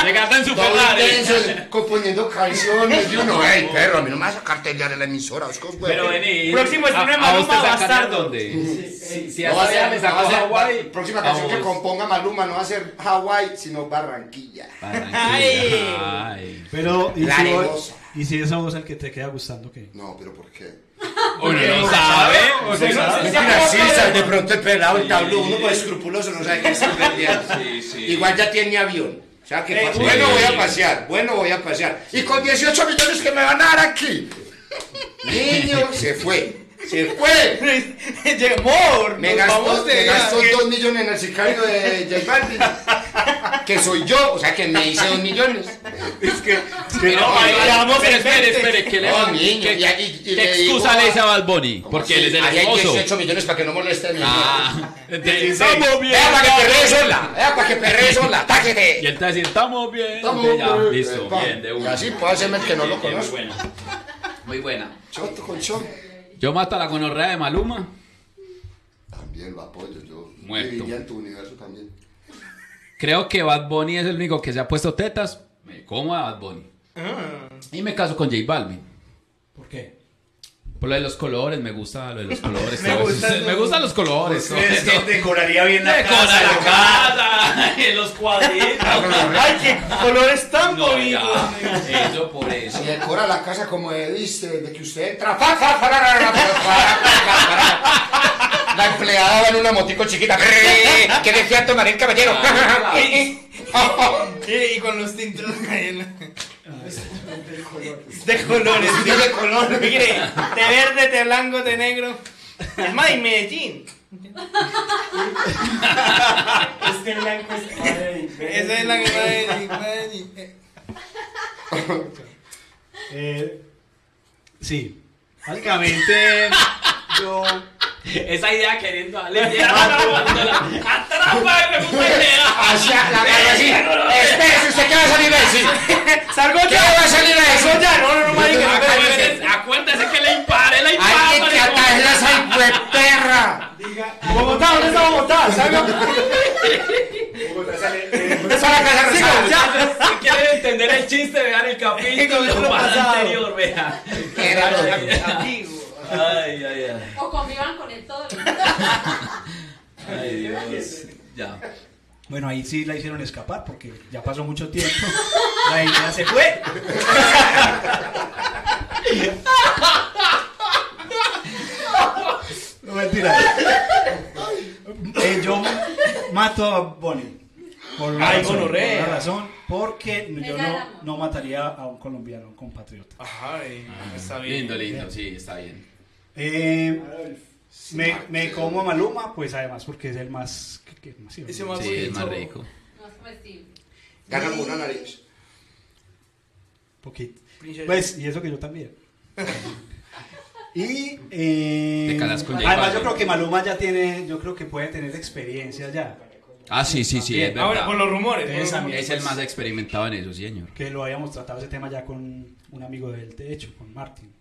B: Llegando en su
D: Todo
B: Ferrari.
D: intenso, componiendo canciones. Y uno, hey, perro, a mí no me vas a cartelear en la emisora. os cojo, güey".
B: Pero vení.
A: Próximo estreno de
B: ¿A- a vos
A: Maluma,
B: te sacarían
A: bastardo.
B: dónde?
F: Sí,
B: Si
D: No va a ser-
B: a le sacó
D: no va a ser-
B: Hawái.
D: Próxima canción que
B: vamos.
D: componga Maluma no va a ser Hawái, sino Barranquilla.
B: Barranquilla, ay.
E: Pero, ¿y
D: La
E: si, voy-
D: hermosa.
E: y si esa voz es el que te queda gustando, ¿qué?
D: No, pero ¿por qué?
B: Uno no sabe.
A: Usted no-
B: sabe.
A: usted no-
D: de pronto el pelado, el
B: Sí.
D: tablú, uno por escrupuloso no sabe qué está perdiendo.
B: Sí, sí.
D: Igual ya tiene avión. O sea que,
A: Eh,
D: pa-
A: sí.
D: bueno, voy a pasear, bueno, voy a pasear. Y con 18 millones que me van a dar aquí. Niño, se fue, se fue.
A: Llega, amor.
D: Me
A: nos
D: gastó,
A: vamos de
D: me gastó
A: viaje.
D: 2 millones en el sicario de J Balvin. Que soy yo, o sea que me hice 2 millones.
E: Es que,
B: Pero,
D: no, este.
B: pero,
A: vamos
B: pero,
A: en
B: espere,
A: veinte.
B: espere, que le
D: No,
B: va-
D: Oh, niño,
B: que-
D: y- y- y
B: ¿Qué
D: le digo
B: excusa
D: a-
B: le dice a Balboni?
D: ¿Cómo
B: Porque
D: así?
B: él es el
D: Ahí hay
B: esposo.
D: 18 millones para que no molesten.
B: Ah, te-
E: Estamos
D: Vea para que perree sola, vea para que perree sola, táquete.
B: Y él te dice, estamos bien.
D: Estamos
B: Entonces, ya,
D: bien,
B: listo,
D: epa.
B: bien, de
D: Y
B: una.
D: así puedo hacerme el que no lo
B: Bien,
D: conozco.
B: Muy buena. Muy buena.
D: Choto con choto.
B: Yo mato a la gonorrea de Maluma.
H: También lo apoyo yo.
B: Muerto.
H: Viviría en tu universo también.
B: Creo que Bad Bunny es el único que se ha puesto tetas. Me como a Bad Bunny.
D: Ah.
B: Y me caso con J Balvin.
E: ¿Por qué?
B: Por lo de los colores, me gusta lo de los colores.
A: Me
B: todo eso.
A: gusta el-
B: me gustan los colores. todo eso.
E: decoraría bien
B: Decora la casa.
G: los cuadritos.
A: Ay, qué colores tan
B: No,
A: bonitos.
B: ya. Eso por eso.
D: Si decora la casa como dice, desde que usted entra. fa, fa, fa, ra, ra, ra, fa, fa, ra, ra, ra. La empleada va en una motico chiquita. ¿Qué decía tomar el caballero?
B: Ah,
A: Y, y con los tintos ahí en la- de colores.
D: De colores.
A: ¿Qué quiere? De verde, de blanco, de negro. Es más, y Medellín.
F: Este blanco es padre.
A: Esa es la que va a decir, Medellín.
E: Eh, sí. Básicamente, yo.
B: Esa idea queriendo darle.
D: Hacia Ah, la barra así. Espérese, ¿usted qué va a salir a decir?
A: Salgo
D: ¿Qué
A: ya.
D: va a salir a decir?
A: Salgo ya. No, no, no, madre, que no me-
B: Acuérdese, acuérdese que la impare, la impare.
D: Alguien que ataje esa hijueperra.
F: Diga,
A: Bogotá, ¿dónde está Bogotá? Salgo.
F: Bogotá sale. eh,
D: Esa es la casa
A: Sigo,
D: rosada.
A: ya.
B: Si quieren entender el chiste, vean el capítulo
A: Capítulo pasado.
B: anterior, vean.
D: Era lo de-
A: Amigo.
B: Ay, ay, ay.
C: O convivan con él todo el
B: Ay, Dios. Ya.
E: Bueno, ahí sí la hicieron escapar porque ya pasó mucho tiempo. La idea se fue. No mentira. Eh, yo mato a Bonnie. Por una,
A: Ay,
E: razón, por
A: gonorrea.
E: una razón, porque yo
C: ganamos.
E: no, no mataría a un colombiano, un compatriota.
A: Ay, está bien.
B: Lindo, lindo, sí, está bien.
E: Eh, me, me
H: sí.
E: como a Maluma, pues además porque es el más... que- que- sí,
A: Ese más
B: Sí, es más rico.
C: No es comestible.
D: Gana con una nariz.
E: Poquito.
A: Princesa.
E: Pues, y eso que yo también. y. eh,
B: Te calas con J
E: Además, yo
B: Balvin.
E: creo que Maluma ya tiene. Yo creo que puede tener experiencia ya.
B: Ah, sí, sí, sí, es
A: Ahora, por
B: verdad.
A: los rumores. pues,
E: Ustedes
A: por los
E: también.
B: Es el más experimentado en eso, señor.
E: Que lo habíamos tratado ese tema ya con un amigo del techo, con Martín.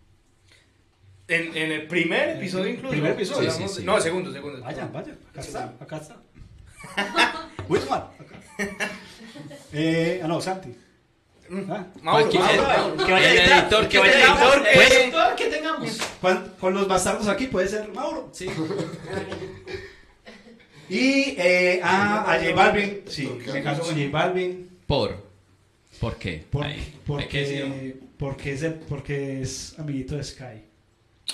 A: rumores. En, en el primer episodio incluso.
E: primer episodio.
B: Sí, sí,
A: Hablamos de-
B: sí.
A: No, segundo, segundo.
E: Vayan, vayan. Acá está, acá está. Whitman. acá. Eh, ah, no, Santi. Ah,
A: Mauro,
B: Cualquier-
A: Mauro.
B: el editor que vaya
A: editor que-
B: Pues, editor que tengamos.
E: Con, con los bastardos aquí puede ser Mauro. Sí. y eh, a, a J Balvin. Sí, me caso con J Balvin.
B: Por. ¿Por qué?
E: Por-
B: Ahí. Hay que decirlo.
E: porque, porque, es el- porque es amiguito de Sky.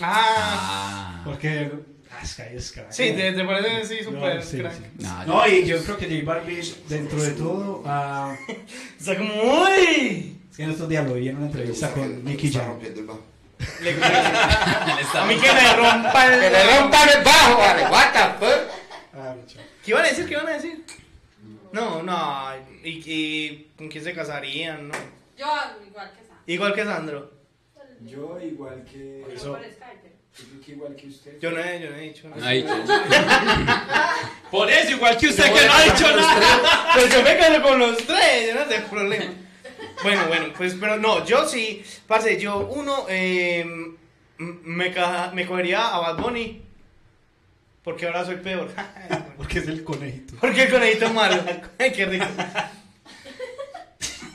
A: Ah,
B: Ah.
E: Porque ah, Sky es crack.
A: sí, te, te parece sí, super
E: No, sí,
A: crack.
E: sí.
B: Nah,
E: No, y yo creo que J Balvin, dentro de todo, ah,
A: Está como, uy.
E: es que en estos días lo vi en una entrevista con Nicky
H: Está
E: Jam.
H: rompiendo el bajo.
A: Le- le-
B: Él está-
A: a mí que me rompa
D: Que
A: el.
D: le rompan el bajo, vale, what the fuck.
E: Ah, mucho.
A: ¿Qué iban a decir? ¿Qué iban a decir? No, no. ¿Y, y con quién se casarían? No.
C: Yo hago igual que Sam.
A: Igual que Sandro.
F: Yo igual que.
C: Pero
E: eso.
C: por Skype.
F: Yo creo que igual que usted. Pues,
A: Yo no he, yo no he dicho nada.
B: Ay, Por eso, igual que usted que no ha dicho nada.
A: Pues yo me caso con los tres, yo no tengo problema. Bueno, bueno, pues, pero no, yo sí, parce, yo uno, eh, m- me, ca- me cogería a Bad Bunny, porque ahora soy peor.
E: Porque es el conejito.
A: porque el conejito es malo. Ay, qué rico.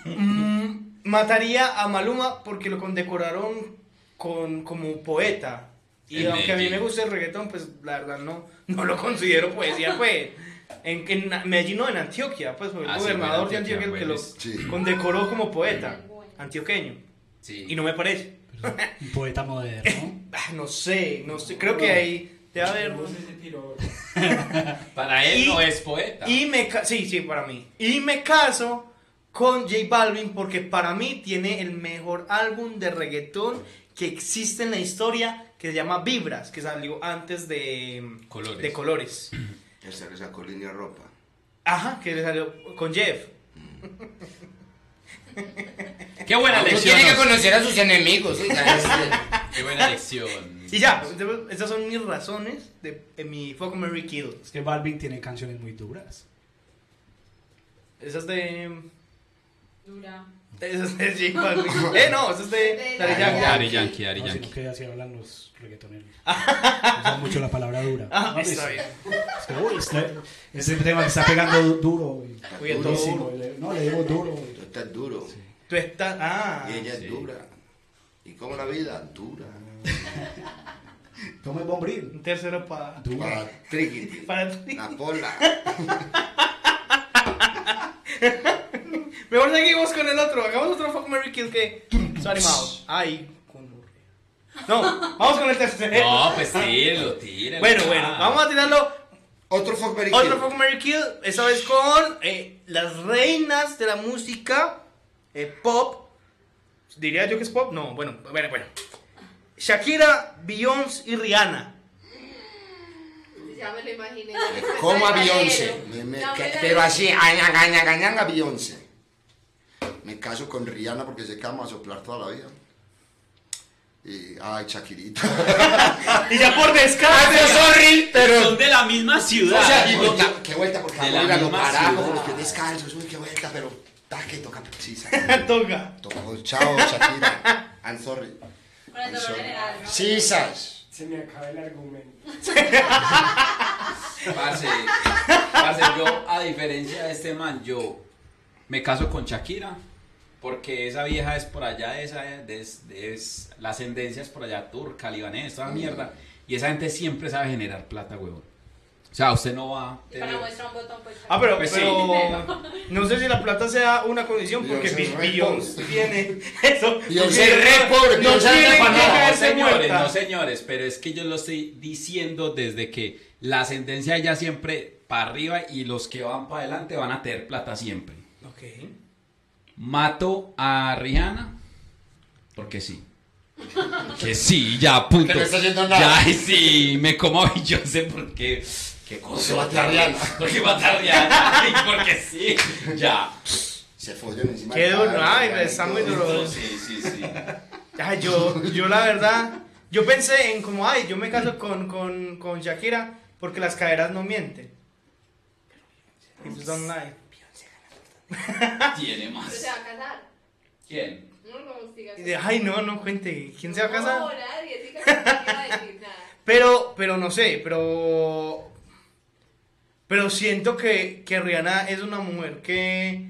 A: Mm, mataría a Maluma porque lo condecoraron con, como poeta. Y
B: En
A: aunque a mí
B: Medellín.
A: me gusta el reggaetón, pues la verdad no, no lo considero poesía, pues. En, en Medellín, no, en Antioquia, pues, fue el
B: Ah, sí, fue en
A: gobernador de
B: Antioquia, pues.
A: Antioquia el que lo
B: bueno, es-
H: Sí.
A: condecoró como poeta antioqueño.
B: Sí.
A: Y no me parece.
E: Un poeta moderno.
A: Ah, No sé, no sé, creo que ahí debe haber.
F: No sé si tiró.
B: Para él
A: Y-
B: no es poeta.
A: Y me ca- sí, sí, para mí. Y me caso con J Balvin porque para mí tiene el mejor álbum de reggaetón que existe en la historia que se llama Vibras, que salió antes de
B: Colores.
A: De colores.
H: Que se le sacó línea de ropa.
A: Ajá, que le salió con Jeff.
B: Qué buena
D: Uno
B: lección.
D: tiene que
B: Oscar.
D: conocer a sus enemigos, oiga, este.
B: Qué buena lección.
A: Y ya, pues, esas son mis razones de, de mi Fuck Mary Kill.
E: Es que Balvin tiene canciones muy duras.
A: Esas de.
C: Dura.
A: Esas de J Balvin. Eh, no, esas de. Daddy Yankee.
B: Ari Yankee, Ari
E: No,
B: Yankee.
E: sino que así hablan los reggaetoneros. Usan mucho la palabra dura.
A: Ah,
E: No,
A: está
E: es-
A: bien.
E: Es que, uy, este, ese tema me está pegando du- duro. y
H: Está
A: Uy, a todo
E: durísimo, y le- No, le digo duro.
H: Tú estás duro.
A: Tú estás. Ah.
H: Y ella
B: sí.
H: es dura. ¿Y cómo la vida? Dura.
E: Toma el bombril.
A: Un tercero para.
E: Dura.
H: Para Triquiti.
A: Para ti.
H: La pola.
A: Mejor seguimos con el otro. Hagamos otro Fuck Mary Kill que. Son animados. Ay, con. No, vamos con el tercero.
B: No, pues tíralo, tíralo.
A: Bueno, bueno,
B: Ah.
A: vamos a tirarlo
H: Otro fuck Mary
A: Otro
H: Kill.
A: Fuck Mary Kill, esta vez con eh, las reinas de la música eh, pop. Diría yo que es pop. No, bueno, bueno, bueno. Shakira, Beyoncé y Rihanna.
I: Ya me lo imaginé.
D: Como a
I: Salero.
D: Beyoncé. Me- me-
I: Ya me
D: que-
I: la-
D: pero así, aña, aña, aña,
H: Venga, Beyoncé. Me caso con Rihanna porque se cama a soplar toda la vida. Y, ay, Shakirita.
A: Y Ah, ya por descarte.
D: sorry,
B: Son de la misma ciudad.
D: O sea,
H: Qué
D: y-
H: vuelta, qué vuelta, porque
B: De la
H: ahora lo
B: misma
H: paramos,
B: ciudad.
H: los pies descalzos, uy, qué vuelta, pero ta que toca pues, precisa.
A: Toca.
H: Toca, chao, Shakira. I'm sorry.
C: Por el dolor general, ¿no?
H: Sí, Sas.
F: Se me acaba el argumento.
B: Parce, parce, yo, a diferencia de este man, yo me caso con Shakira. Porque esa vieja es por allá, esa de- es, es- la ascendencia es por allá turca, libanés, toda mierda. Y esa gente siempre sabe generar plata, huevón. O sea, usted no va a
C: Y para
B: tener-
C: muestra un botón, pues.
A: Ah, pero,
B: Pues sí.
A: pero no sé si la plata sea una condición porque
H: Beyoncé es re
A: Beyoncé
H: pobre.
A: tiene eso.
D: Beyoncé es re
A: No
D: pobre, Beyoncé
A: tiene
D: anda pa'
A: que
D: nada.
B: No,
A: caerse
B: señores,
A: muerta.
B: no señores, pero es que yo lo estoy diciendo desde que la ascendencia de ella siempre para arriba y los que van para adelante van a tener plata siempre.
A: Ok.
B: Mato a Rihanna porque sí. Que sí, ya, punto.
D: Que no está haciendo nada.
B: Ya, y sí, me como a Beyoncé porque. ¿Qué cosa?
D: mata a Rihanna.
B: Porque mata a Rihanna. y porque sí, ya.
H: Se follan encima
A: Qué
H: del
A: duro,
H: carro,
A: ay,
H: ya,
A: está
H: y
A: muy
H: todo.
A: duro.
B: Sí, sí, sí.
A: Ay, yo, yo la verdad, yo pensé en como, ay, yo me caso con, con, con Shakira porque las caderas no mienten. Y pues online.
B: Tiene
I: Pero
B: más.
I: se va a casar.
B: ¿Quién?
I: No, no, siga.
A: Y de, Ay, no, no cuente, ¿quién se va a
I: No,
A: casar?
I: nadie, diga que no iba a decir nada.
A: Pero, pero no sé, pero... Pero siento que, que Rihanna es una mujer que,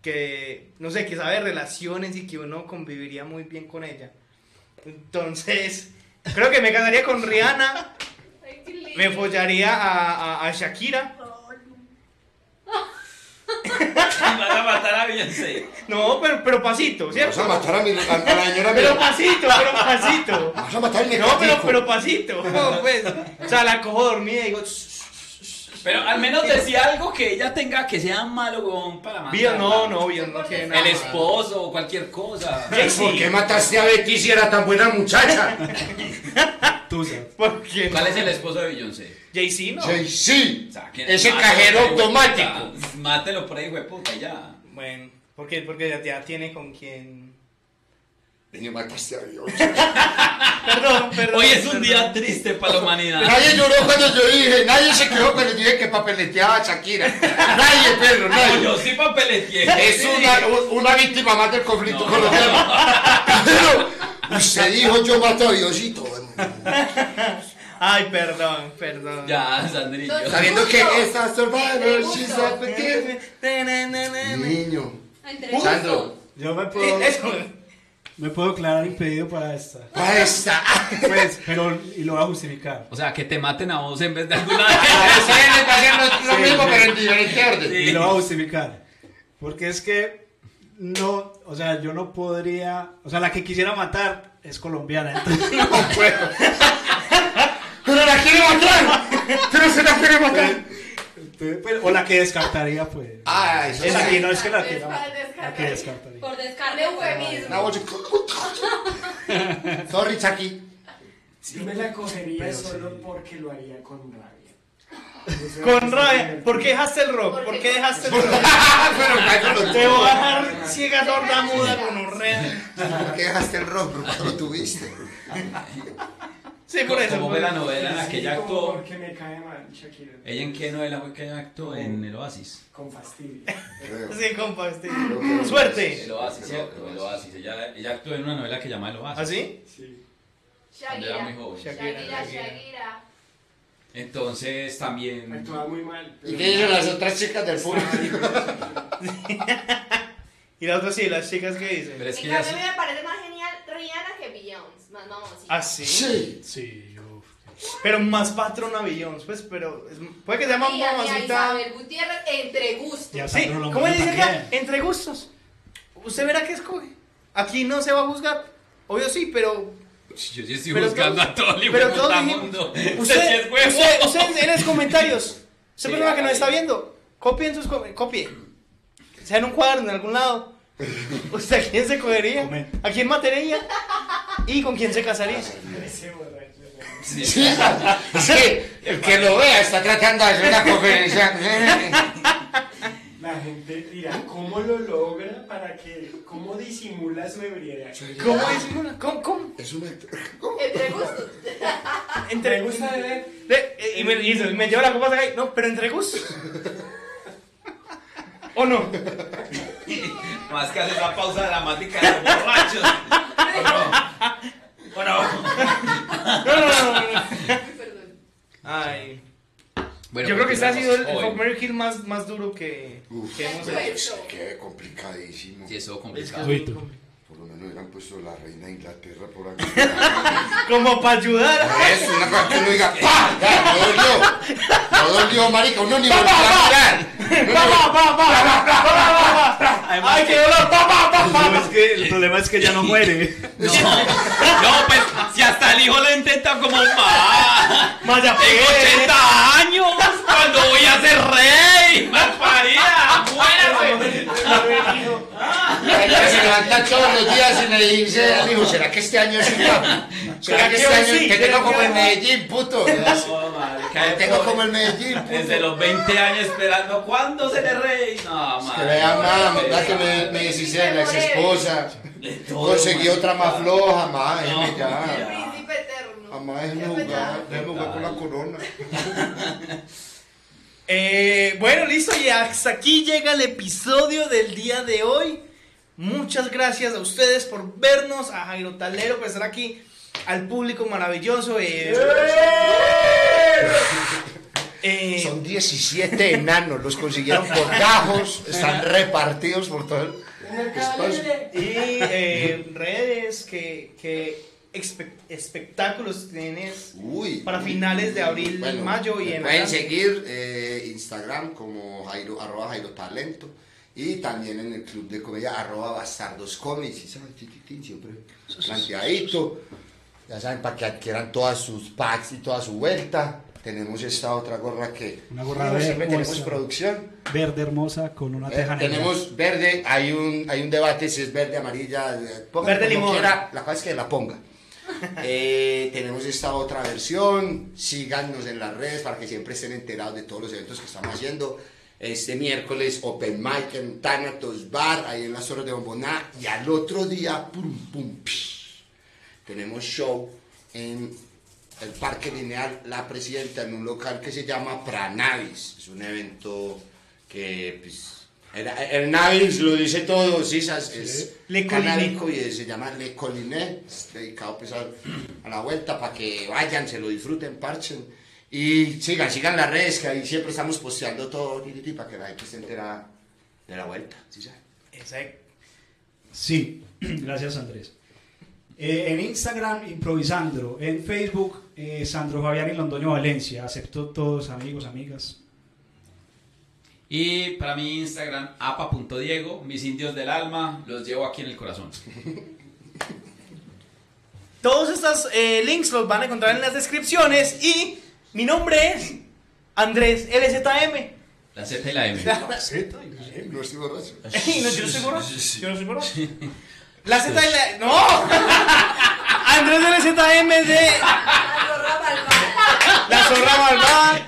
A: que, no sé, que sabe relaciones y que uno conviviría muy bien con ella. Entonces, Creo que me casaría con Rihanna,
C: Ay, qué lindo.
A: me follaría a, a- a Shakira.
B: Van a matar a Beyoncé.
A: No, pero, pero pasito,
H: Vas a
A: ¿cierto?
H: matar a, mi, a, a la señora
A: Pero
H: mía.
A: pasito, pero pasito.
H: Vas a matar el
A: No, pero,
H: negatico.
A: pero pasito. No, pues. O sea, la cojo dormida y digo,
B: Pero al menos decía algo que ella tenga que sea malo, huevón, para matar.
A: Bio, no, no, Bio, no tiene nada.
B: El esposo o cualquier cosa.
D: pues,
H: ¿Por qué mataste a Betty si era tan buena muchacha?
E: Tú sabes.
A: ¿Por qué no?
B: ¿Cuál es el esposo de Beyoncé?
A: Jay-Z, no.
H: Sí, sí.
B: O sea, que-
H: Ese
B: mátelo
H: cajero
B: por ahí, hueputa.
H: automático.
B: Mátelo por ahí, hueputa, ya.
A: Bueno, ¿por qué? porque ya, ya tiene con quien.
H: Niño, mataste a Dios.
A: Perdón, perdón.
B: Hoy es un
A: perdón.
B: día triste para la humanidad.
H: Nadie lloró cuando yo dije, nadie se quejó cuando yo dije que papeleteaba a Shakira. Nadie, perro,
B: No,
H: nadie.
B: yo sí papeleteé.
H: Es
B: Sí.
H: una, una víctima más del conflicto
B: No.
H: con los demás. Pero usted dijo yo mato a Diosito.
A: Ay, perdón, perdón.
B: Ya, Sandrillo.
C: Don-
H: Sabiendo que esta survivor,
C: Justo.
H: she's a pequeña. Niño.
J: Entre
H: Sandro.
E: Yo me puedo,
H: Eh,
A: Eso.
E: me puedo declarar impedido para esta.
H: Para esta.
E: Pues, pero, y lo voy a justificar.
B: O sea, que te maten a vos en vez de alguna
H: Sí, le está haciendo lo
E: Sí,
H: mismo,
E: sí.
H: pero en diferente orden.
E: Y lo voy a justificar. Porque es que no, o sea, yo no podría, o sea, la que quisiera matar es colombiana. entonces-
H: Pero la quiere matar. Pero se la quiere matar.
E: entonces, pues, o la que descartaría, pues.
H: Ah, eso
E: Es
H: sí.
E: aquí, no es que la que,
C: Es para descartar.
E: la que descartaría.
J: Por descarte fue mismo.
H: Now what you Sorry, Chucky.
F: Sí me la cogería
E: Pero
F: solo
E: sí.
F: porque lo haría con rabia. Eso
A: Con
F: es
A: rabia.
F: divertido.
A: ¿Por qué dejaste el rock? ¿Por qué dejaste el rock?
H: Ah, Pero Michael lo
A: Te
H: tuvo.
A: voy a dejar ciega, sorda, muda, con un
H: ¿Por qué dejaste el rock? Porque lo tuviste.
A: Sí, por eso.
B: Como
A: por
B: ve la
A: eso.
B: novela en la
F: Sí,
B: que ella
F: como
B: actuó.
F: Porque me cae mal, Shakira.
B: ¿Ella en qué novela fue que ella actuó? En El Oasis.
F: Con fastidio.
H: Creo.
A: Sí, compa, este.
H: que lo
A: Suerte.
B: El Oasis, cierto, El Oasis. Ella, ella actuó en una novela que llama El
H: ¿Ah,
B: Oasis.
A: ¿Así?
F: Sí.
B: Cuando era muy
C: Shakira.
B: joven.
C: Shakira,
A: Shakira.
C: Shakira.
B: Entonces también.
F: Actuaba muy mal.
H: ¿Y qué dicen las otras chicas del público?
A: Y las otras sí, las chicas que
B: Pero
A: dicen.
B: es que
C: En
B: ella
C: cambio,
B: sí.
C: a mí me parece más genial Rihanna que Beyoncé. Más mamoncita.
A: Así.
H: Sí.
E: Sí, yo.
A: Ah, Pero más patrona Beyoncé, pues, pero. es- Puede que se llama
C: Y a- y a
A: mamacita.
C: Isabel Gutiérrez entre gustos.
E: Ya
A: Sí,
E: Sandro lo
A: ¿cómo le
E: manda
A: dicen acá?
E: también.
A: Entre gustos. Usted verá qué escoge. Aquí no se va a juzgar. Obvio sí, pero.
B: Yo sí estoy
A: Pero
B: buscando
A: todos-
B: a todo el
A: Pero todos
B: puta mundo.
A: dijimos.
B: Usted sí
A: Usted,
B: es huevo.
A: usted, usted en los comentarios. Usted
B: Sí,
A: persona que nos
B: hágale.
A: está viendo. Copien sus. com- Copie. Sea en un cuaderno, en algún lado. ¿Usted a quién se cogería?
E: Comente.
A: ¿A quién mataría? ¿Y con quién se casaría?
F: Ese borracho.
B: Sí.
H: Sí. Es que el que lo vea está tratando de hacer una conferencia.
F: La gente dirá, ¿cómo lo logra para que, cómo disimula su ebriedad?
A: ¿Cómo es? ¿Cómo? cómo?
H: Es una.
C: Entre gustos.
A: Entre
F: Me
A: gustos.
F: gusta beber.
A: De- eh, y me, y se- me lleva la copa de acá y, No, pero entre gustos. ¿O no?
B: Más que hace esa pausa dramática de los borrachos. ¿O no? ¿O no?
A: No, no, no, no, no.
C: Perdón.
A: Ay.
B: Bueno,
A: Yo creo que este ha sido el, el
B: continuemos.
A: Fuck, Marry, Kill más, más duro que,
H: Uf,
A: que hemos
C: Bueno.
A: hecho.
H: pero es que complicadísimo.
B: Sí, eso
A: Es que es
B: complicado.
A: muy
E: Uy, tú.
A: complicado.
H: Por lo menos hubieran puesto la reina de Inglaterra por aquí.
A: Como para ayudar.
H: Es una cosa que uno diga, ¡pa! Ya, no dolió. No dolió, marica. Uno ni volvió a mirar.
A: ¡Pa, pa, pa, pa, pa, pa, pa, pa, pa! ¡Ay, qué dolor! ¡Pa, pa, pa,
E: El
A: pa,
E: problema
A: pa!
E: es que, el problema es que ya no muere.
B: No, no, pues si hasta el hijo la intenta como más.
A: Maya, pues.
B: Tengo
A: pegué.
B: 80 años cuando voy a ser rey. ¡Más parida! ¡Muérase!
H: Ella se levanta todos los días y me dice al hijo, ¿será que este año sí? papi? ¿Será
A: ¿Será
H: que este
A: que
H: año
A: hoy sí?
H: que tengo
A: ¿Será
H: como
A: que
H: el
A: hoy?
H: Medellín, puto? Que
B: No, marica,
H: Oh, tengo
B: pobre.
H: como el Medellín, puto.
B: Desde los 20 años esperando cuándo seré rey. No,
H: Que
B: madre.
H: vea mamá, verdad que me, me deshice de la ex esposa.
B: De todo,
H: Conseguí
B: marica.
H: otra más floja, mamá,
B: No,
H: déjeme
C: El
H: ya.
B: ya.
C: príncipe eterno.
H: Mamá, déjeme
C: Qué
H: jugar,
C: pecado.
H: déjeme jugar con la corona.
A: Eh, bueno, listo, y hasta aquí llega el episodio del día de hoy. Muchas gracias a ustedes por vernos, a Jairo Talero por estar aquí, al público maravilloso. eh, eh,
H: Son 17 enanos, los consiguieron por gajos, están repartidos por todo el
F: Una
H: espacio.
F: calle.
A: y eh, redes que, que espe- espectáculos tienes
H: Uy.
A: para finales de abril,
H: Bueno,
A: mayo y
H: me
A: en
H: Pueden
A: adelante?
H: seguir eh, Instagram como Jairo, arroba Jairo Talento y también en el club de comedia arroba Bastardos Comics. Y saben, tin, tin, tin, siempre planteadito. Ya saben, para que adquieran todas sus packs y toda su vuelta. Tenemos esta otra gorra que
E: Una gorra
H: Bueno,
E: verde,
H: siempre tenemos
E: nuestra.
H: producción.
E: Verde hermosa con una
H: Eh,
E: teja negra.
H: tenemos verde, hay un, hay un debate si es verde, amarilla, eh, ponga
A: Verde
H: como
A: limón.
H: quiera, la cosa es que la ponga. Eh, tenemos esta otra versión, síganos en las redes para que siempre estén enterados de todos los eventos que estamos haciendo. Este miércoles Open Mic en Thanatos Bar, ahí en las horas de Bomboná, y al otro día, pum, pum, psh, tenemos show en el Parque Lineal La Presidenta, en un local que se llama Pranavis. Es un evento que, pues, el, el Navis lo dice todo, sí, es, es
A: Le Collinet.
H: canábico y se llama Le Colinet, es dedicado pues, al- a, la vuelta para que vayan, se lo disfruten, parchen. Y sigan, sigan las redes, que ahí siempre estamos posteando todo, ti, ti, ti, para que la gente se entera de la vuelta, ¿sí sabe?
A: Exacto.
E: Sí, gracias Andrés. Eh, en Instagram, Improvisandro. En Facebook, eh, Sandro Fabián y Londoño Valencia. Acepto todos, amigos, amigas.
B: Y para mi Instagram, apa.diego, mis indios del alma, los llevo aquí en el corazón.
A: Todos estos eh, links los van a encontrar en las descripciones y mi nombre es Andrés LZM.
B: La Z y la M.
H: Eh, No estoy borracho.
A: Ey, no, yo no soy borracho. Yo no soy borracho. La Z de la- ¡No! Andrés de la ZM de
C: La
A: La
C: zorra malvada.
A: Zorra Malvada,
C: La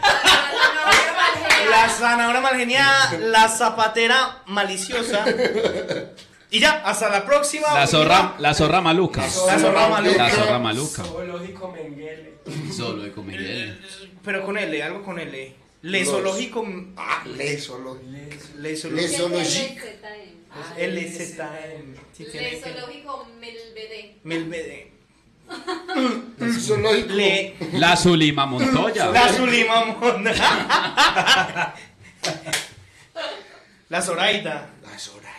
C: zorra malvada.
A: La Zanahora Malgeniada, La Zapatera Maliciosa. Y ya, hasta la próxima.
B: La zorra, la zorra maluca.
A: La Zorra
B: La
A: Maluca.
B: zorra maluca.
F: Zoológico Mengele.
B: Solo de comedia.
A: Pero con L, algo con L. Lesológico.
H: Ah, lesológico.
A: Lesológico.
H: Zoológico.
I: Pues
A: Pues,
C: LZM.
A: LZM. Ah, Sí, tiene que-
C: Lesológico Melbede.
A: Melbede.
H: Zoológico.
A: Le.
B: La Zulima Montoya.
A: La Zulima Mona. La Zoraida.
H: La Zoraida.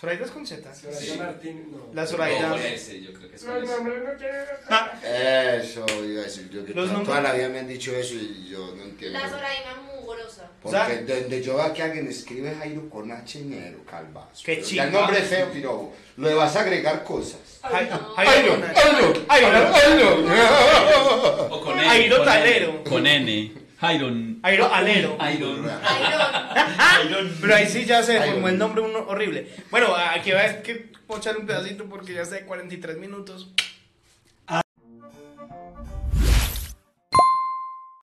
A: Zoraida es con Z.
F: Horacio Martín, no.
A: La
B: No,
A: Zoraida.
B: con ese, yo creo que es
F: No,
B: con
F: no,
B: ese.
F: no, no quiero.
H: Eso, iba a decir yo que
A: Los
H: toda,
A: nombres-
H: toda la vida me han dicho eso y yo no entiendo.
I: La Zoraima mugrosa.
H: Porque
A: O sea-
H: donde yo vea que alguien escribe Jairo con H negro, calvazo.
A: Qué
H: Pero ya
A: chimba.
H: el nombre es feo, pirobo. Le vas a agregar cosas.
A: Jai-
C: no.
A: Jairo.
H: Jairo, Jairo, Jairo.
B: O con N,
A: Jairo
B: con N,
A: Talero.
B: Con N. Jairon.
A: Jairo Alero.
B: Jairon.
I: Iron.
A: Pero ahí sí ya se formó el nombre uno horrible. Bueno, aquí va a que pochar un pedacito porque ya está de 43 minutos.